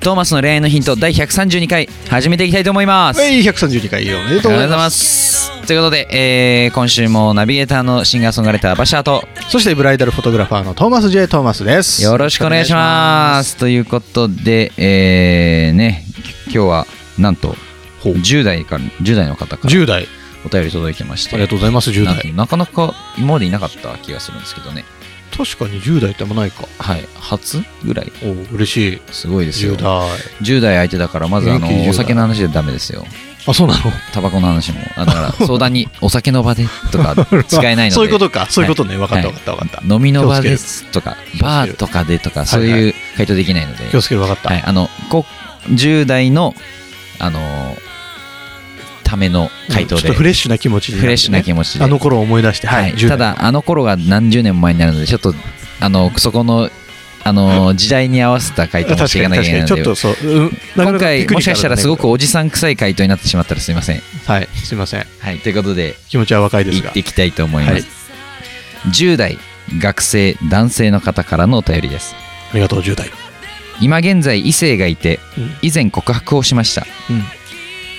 トーマスの恋愛のヒント第132回始めていきたいと思いますはい132回おめでとありがとううございございま。ますすということで、えー今週もナビゲーターのシンガーソングライターバシャーとそしてブライダルフォトグラファーのトーマス J トーマスです。よろしくお願いしますということで、えーねき今日はなんと10代から10代の方から10代お便り届いてましあてりがとうございます10なんか代。なかなか今までいなかった気がするんですけどね確かに10代ってあんまないか。はい初ぐらいおう嬉しいすごいですよ10代。 10代相手だからまずあ元気10の代お酒の話でダメですよあそうなの。タバコの話もあだから 相談にお酒の場でとか使えないのでそういうことかそういうことね分かったはい分かった分かった。飲みの場ですとか気をつけるバーとかでとか気をつけそうるいう回答できないので、気をつける分かった。はい、あのこ10代の、あのーための回答うんちで、ょっとフレッシュな気持ちにフレッシュな気持持ちであの頃を思い出してははいい10た代。だあの頃が何十年も前になるのでちょっとあのそこの、あのー時代に合わせた回答確もかしていにかなきゃい確けないかにのちでょっとそううんなか今なかテ回クニカルだねもしかしたらすごくおじさん臭い回答になってしまったらすいません。はいすいませんはい、ということで気持ちは若いでいすっがていきたいと思います、はい10代学生男性の方からのお便りですありがとう10代。今現在異性がいて以前告白をしましたうん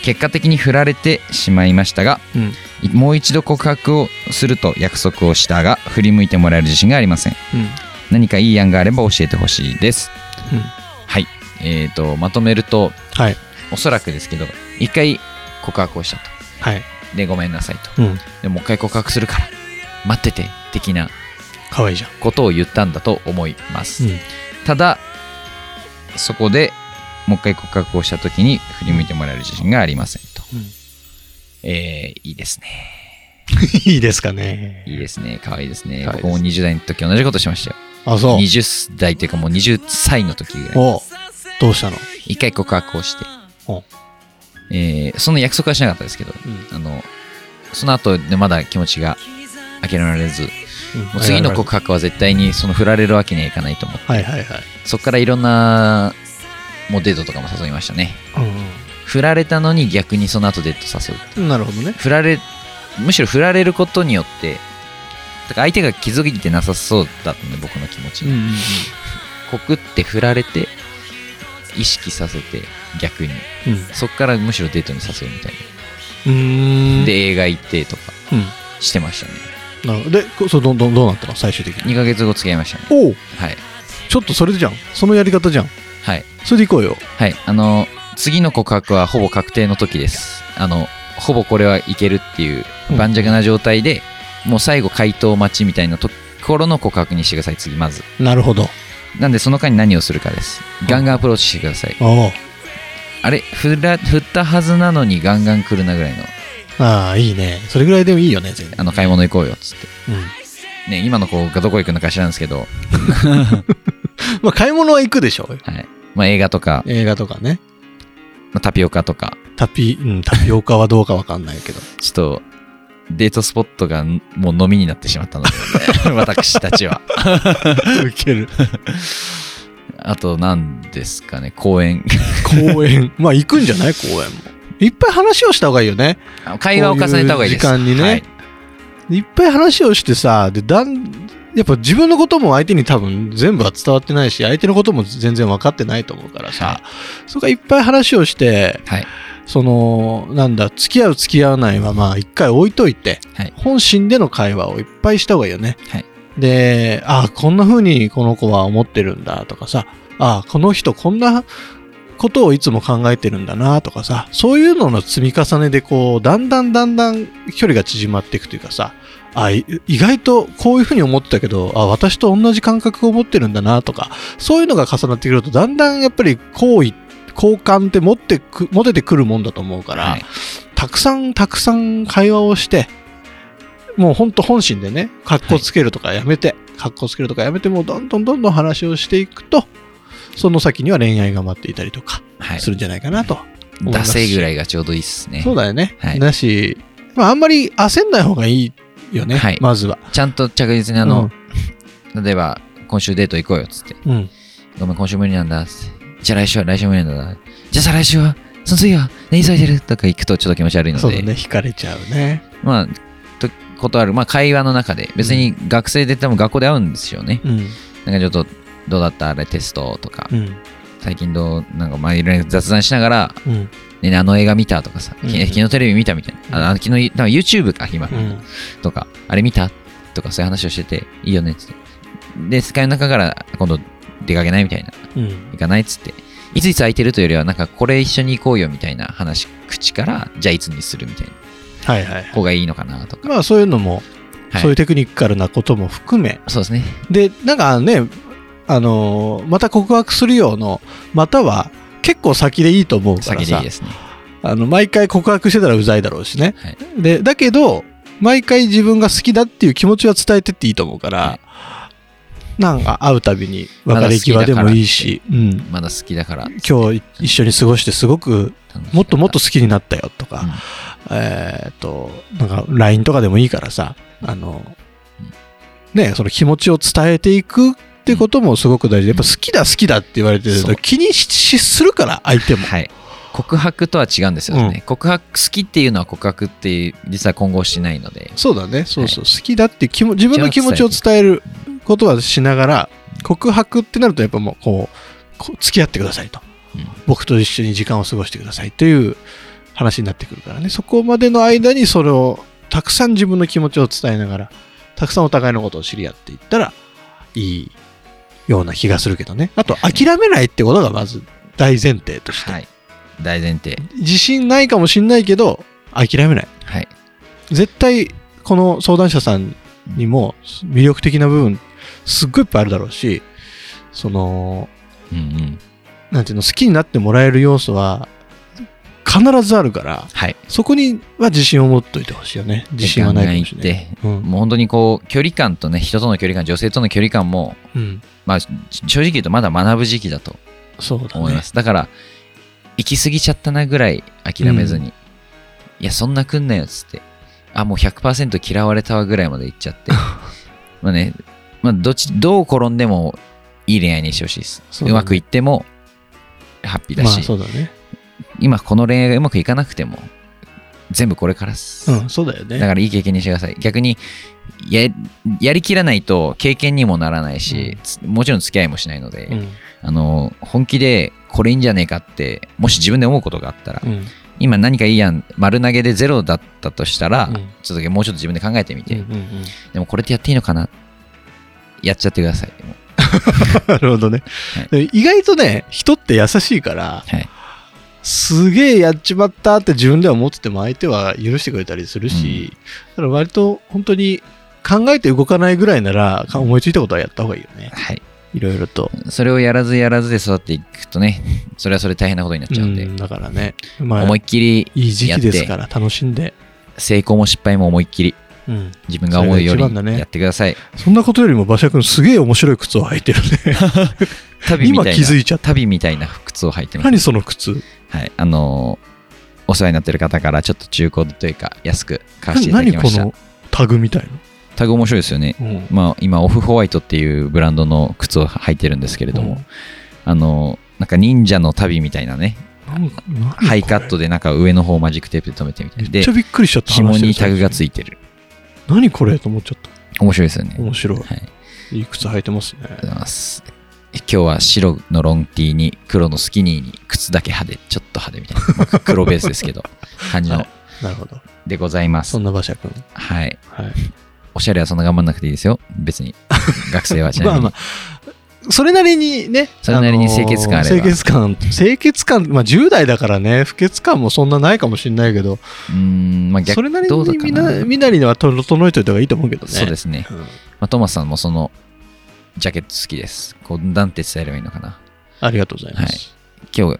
結果的に振られてしまいましたがうんうんいもう一度告白をすると約束をしたが振り向いてもらえる自信がありませんうん何かいい案があれば教えてほしいですうんはいえー、とまとめるとはいおそらくですけど一回告白をしたとはいでごめんなさいとうんでもう一回告白するから待ってて的な可愛いじゃん。ことを言ったんだと思います、うんただそこでもう一回告白をした時に振り向いてもらえる自信がありませんと、うんえーいいですねいいですかね。いいですね可愛いですね可愛いです僕も20代の時同じことしましたよあ、そう。 20代というかもう20歳の時ぐらいおうどうしたの一回告白をしてお、えーその約束はしなかったですけどあのその後でまだ気持ちが諦められずもう次の告白は絶対にその振られるわけにはいかないと思って、はいはいはい。そこからいろんなもうデートとかも誘いましたね振られたのに逆にその後デート誘ううん、なるほどね。振られむしろ振られることによってだから相手が気づいてなさそうだったので僕の気持ちに、ん告って振られて意識させて逆にうんそこからむしろデートに誘うみたいうん。うな、んで、映画行ってとかうん。してましたねなるほど。で、こそうどんどんどうなったの最終的に。 2ヶ月後付き合いましたねおおはいちょっとそれじゃん。そのやり方じゃん。はいそれでいこうよ。はい、あの次の告白はほぼ確定の時です。あのほぼこれはいけるっていううん盤石な状態で、もう最後回答待ちみたいなところの告白にしてください次まず。なるほど。なんでその間に何をするかです。ガンガンアプローチしてください。おうあれ振ら振ったはずなのにガンガン来るなぐらいのああ、いいね。それぐらいでもいいよね、全然。あの買い物行こうよっつって。うん。ね、今の子がどこ行くのか知らんですけど、まあ、買い物は行くでしょうよ。はいまあ、映画とか、映画とかね。まあタピオカとかタピ、うん、タピオカはどうかわかんない けど。ちょっとデートスポットがんもう飲みになってしまったので、 私たちは。ウケる。あと何ですかね公園公園。 まあ、行くんじゃない公園も。いっぱい話をした方がいいよね。会話を重ねた方がいいですこういう時間にねはいいっぱい話をしてさでだんやっぱ自分のことも相手に多分全部は伝わってないし相手のことも全然分かってないと思うからさ、はそれからいっぱい話をしてはいそのなんだ付き合う付き合わないはまあ一回置いといて、はい本心での会話をいっぱいした方がいいよね。はいでああこんな風にこの子は思ってるんだとかさああこの人こんなことをいつも考えてるんだなとかさそういうのの積み重ねでこうだんだんだんだん距離が縮まっていくというかさあい意外とこういうふうに思ってたけどあ私と同じ感覚を持ってるんだなとかそういうのが重なってくるとだんだんやっぱり好意好感って持ってく持ててくるもんだと思うから、はいたくさんたくさん会話をしてもうほんと本心でね格好つけるとかやめて、格好つけるとかやめてもうどんどんどんどん話をしていくとその先には恋愛が待っていたりとかはいするんじゃないかなと、思いま惰す性ぐらいがちょうどいいっすねそうだよね、はいだし、まあ、あんまり焦んない方がいいよね、はいまずは。ちゃんと着実にあの、例えば今週デート行こうよっつってうん、ごめん今週無理なんだっつってじゃあ来週は来週無理なんだじゃあ再来週はその次は何急いでるとか行くとちょっと気持ち悪いのそうで、だね、惹かれちゃうね。まあと断るまあ会話の中で別に学生で言っても学校で会うんですよね、うん、なんかちょっとどうだったあれテストとか、うん、最近どうなんかまあいろいろ雑談しながらうん、ねねあの映画見たとかさ、きうん昨日テレビ見たみたいな、ああの昨日なんか YouTube か今、うん、とかあれ見たとかそういう話をしてていいよねっつってで使いの中から今度出かけないみたいなうん、行かないっつっていついつ空いてるというよりはなんかこれ一緒に行こうよみたいな話口からじゃあいつにするみたいなはいはい。方がいいのかなとか、まあそういうのも、はい、そういうテクニカルなことも含め、そうですねで、なんかね、あのーまた告白するようの、または結構先でいいと思うから先でいさいで、すねあの毎回告白してたらうざいだろうしね。はいで、だけど、毎回自分が好きだっていう気持ちは伝えてっていいと思うから、はなんか会うたびに別れ際でもいいし、うん、まだ好きだから今日一緒に過ごしてすごく楽しかたもっともっと好きになったよとか、えーっと、なんか LINE とかでもいいからさ、あの、ね、その気持ちを伝えていくってこともすごく大事で、やっぱ好きだ好きだって言われてるそとう気にししするから相手も。はい告白とは違うんですよね、う告白好きっていうのは告白って実は混合しないのでそうだね、そうそう、好きだって気も自分の気持ちを伝えることはしながら、告白ってなると、やっぱもうこう、こう付き合ってくださいと、うん僕と一緒に時間を過ごしてくださいという話になってくるからね、そこまでの間にそれをたくさん自分の気持ちを伝えながら、たくさんお互いのことを知り合っていったらいいような気がするけどね、あと、諦めないってことがまず大前提として、はい大前提自信ないかもしれないけど、諦めない。はい絶対この相談者さんにも魅力的な部分すっごいいっぱいあるだろうしそのうんうんなんていうの好きになってもらえる要素は必ずあるからはいそこには自信を持っといてほしいよね自信はないかもしれないでうんもう本当にこう距離感とね人との距離感女性との距離感も、うんまあ、し正直言うとまだ学ぶ時期だとそうだ思いまねす、だから行き過ぎちゃったなぐらい諦めずに、いやそんな来んなよっつってあもう100%嫌われたわぐらいまで行っちゃ ってまあね、まあ、どっちどう転んでもいい恋愛にしてほしいです,、そううだねまくいってもハッピーだまあし、そうだね今この恋愛がうまくいかなくても全部これからっす、うんそうだよねだからいい経験にしてください。逆にややりきらないと経験にもならないし、つもちろん付き合いもしないので、うんあの本気でこれいいんじゃねえかってもし自分で思うことがあったら、うん今何かいいやん丸投げでゼロだったとしたら、うんちょっともうちょっと自分で考えてみて、うんうんうんでもこれってやっていいのかなやっちゃってください。もう なるほどねはいでも意外とね人って優しいからはいすげえやっちまったって自分では思ってても相手は許してくれたりするし、だから割と本当に考えて動かないぐらいならか思いついたことはやった方がいいよねはい、いろいろと、それをやらずやらずで育っていくとねそれはそれ大変なことになっちゃうんで、うんだからね、まあ、思いっきりいい時期ですから楽しんで、成功も失敗も思いっきりうん、自分が思うよそりれが一番だねやってください。そんなことよりも馬車君すげえ面白い靴を履いてるね旅み今たい気なづいちゃった旅みたいな靴を履いてます。何その靴はい、あのーお世話になってる方からちょっと中古というか安く買わせていただ何きまこしたの。タグみたいタグ面白いですよね。の、うんまあ、今、オフホワイトっていうブランドの靴を履いてるんですけれども、あのーなんか忍者の旅みたいなね、なんか何これハイカットでなんか上の方をマジックテープで留めてみためいっな。ちでゃ、びっくりしちゃった紐にタグがいついてる。何これと思っちゃっ面白いですよたね。面白いはい、ありがといい靴履いてますねうございます。今日は白のロンティーに黒のスキニーに靴だけ派手、ちょっと派手みたいな、まあ黒ベースですけ ど、感じはのいなるほどでございますそ。んな馬車君はい。はいおしゃれはそんな頑張んなくていいですよ。別 に。学生はちなみまあに。まあそれなりにねそれなりに清潔感あれば清潔感清潔感まあ10代だからね不潔感もそんなないかもしれないけどうーん、まあ逆それなりどうだにかみななみなりには整えといた方がいいと思うけどね、そうですすね。うんまあ、トーマスさんもそのジャケット好きです。こう、なんて伝えればいいのかな。ありがとうございます、今日、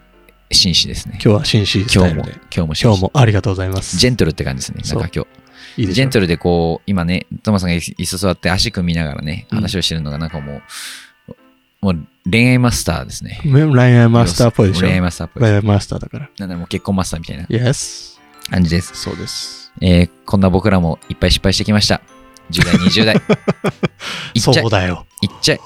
紳士ですね。今日は紳士ス今タイ日ルも、で今日も紳士今日もありがとうございますジェントルって感じですね。なんか今いい日。でジしェょントルでこう、今ね、トーマスさんが椅子座って足組みながらね、うん話をしてるのがなんかもう、もう恋愛マスターですね。ね恋愛マスターっぽいでしょ恋愛恋マスターっぽいです。愛マスターだからなんでもう結婚マスターみたいな Yes 感じです。そうですえーこんな僕らもいっぱい失敗してきました。 10代、20代。 いっちゃいそう、だよ。いっちゃい。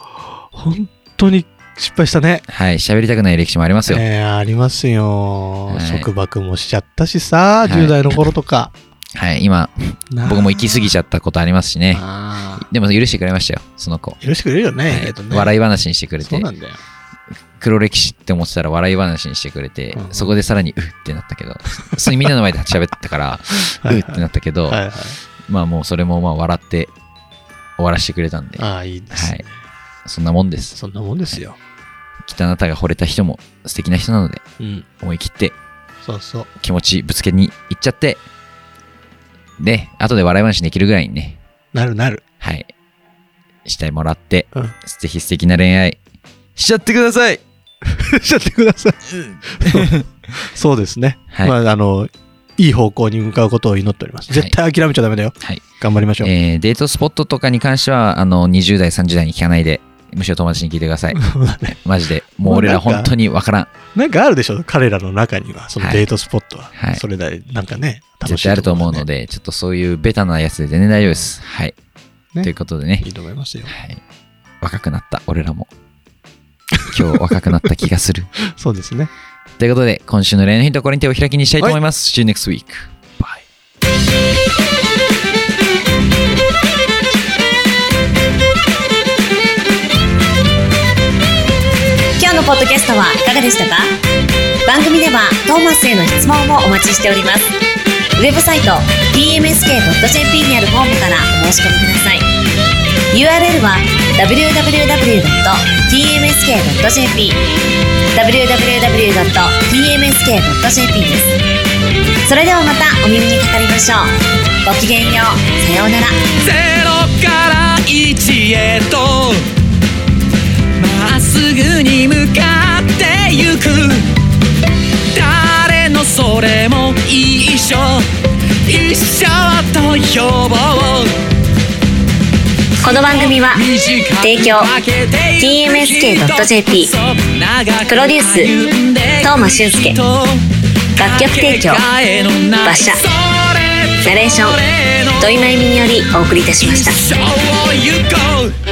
本当に失敗したね。はい、喋りたくない歴史もありますよ。えーありますよ、はい束縛もしちゃったしさ、い10代の頃とか。はい、今、 僕も行き過ぎちゃったことありますしね。あでも許してくれましたよ、その子。ー許してくれるよね、はい意外とね。笑いい話にしてくれそうてなんだよ。黒歴史って思ってたら笑い話にしてくれて、うんそこでさらにうってなった けど普通にみんなの前で喋ったからはういってなったけど、はいはい。まあもうそれもまあ笑って終わらせてくれたんで、はああ、いいです、ねい、そんなもんですそんなもんですよ。北あなたが惚れた人も素敵な人なのでうん。思い切ってそうそう。気持ちぶつけに行っちゃってで後で笑い話できるぐらいにねなるなる。はいしてもらって、うん ぜひ素敵な恋愛しちゃってくださいしちゃってください。そうですね。はいまあ、あの、いい方向に向かうことを祈っております。はい絶対諦めちゃダメだよ。はい頑張りましょう。えーデートスポットとかに関してはあの20代30代に聞かないでむしろ友達に聞いてくださいマジでもう俺らもうなんか本当にわからん なんかあるでしょ彼らの中には、そのはいデートスポットは。はいそれだなんかね、楽し絶い対あると思うころのね。で、ちょっとそういうベタなやつで全然大丈夫ですはい、ねということでねいいと思い ますよ。はい、若くなった俺らも今日若くなった気がするそうですね。ということで今週の恋愛のヒントはこれに手を開きにしたいと思います、See you next week Bye 「今日のポッドキャストはいかがでしたか番組ではトーマスへの質問もお待ちしておりますウェブサイト tmsk.jp にあるフォームからお申し込みください URL は www.tmsk.jp www.tmsk.jp ですそれではまたお耳にかかりましょうごきげんようさようならゼロから一へとまっすぐに向かってゆく誰のそれも一緒一緒と呼ぼうこの番組は提供 TMSK.jp プロデュース東間俊介楽曲提供馬車ナレーション土井真由美によりお送りいたしました一生を行こう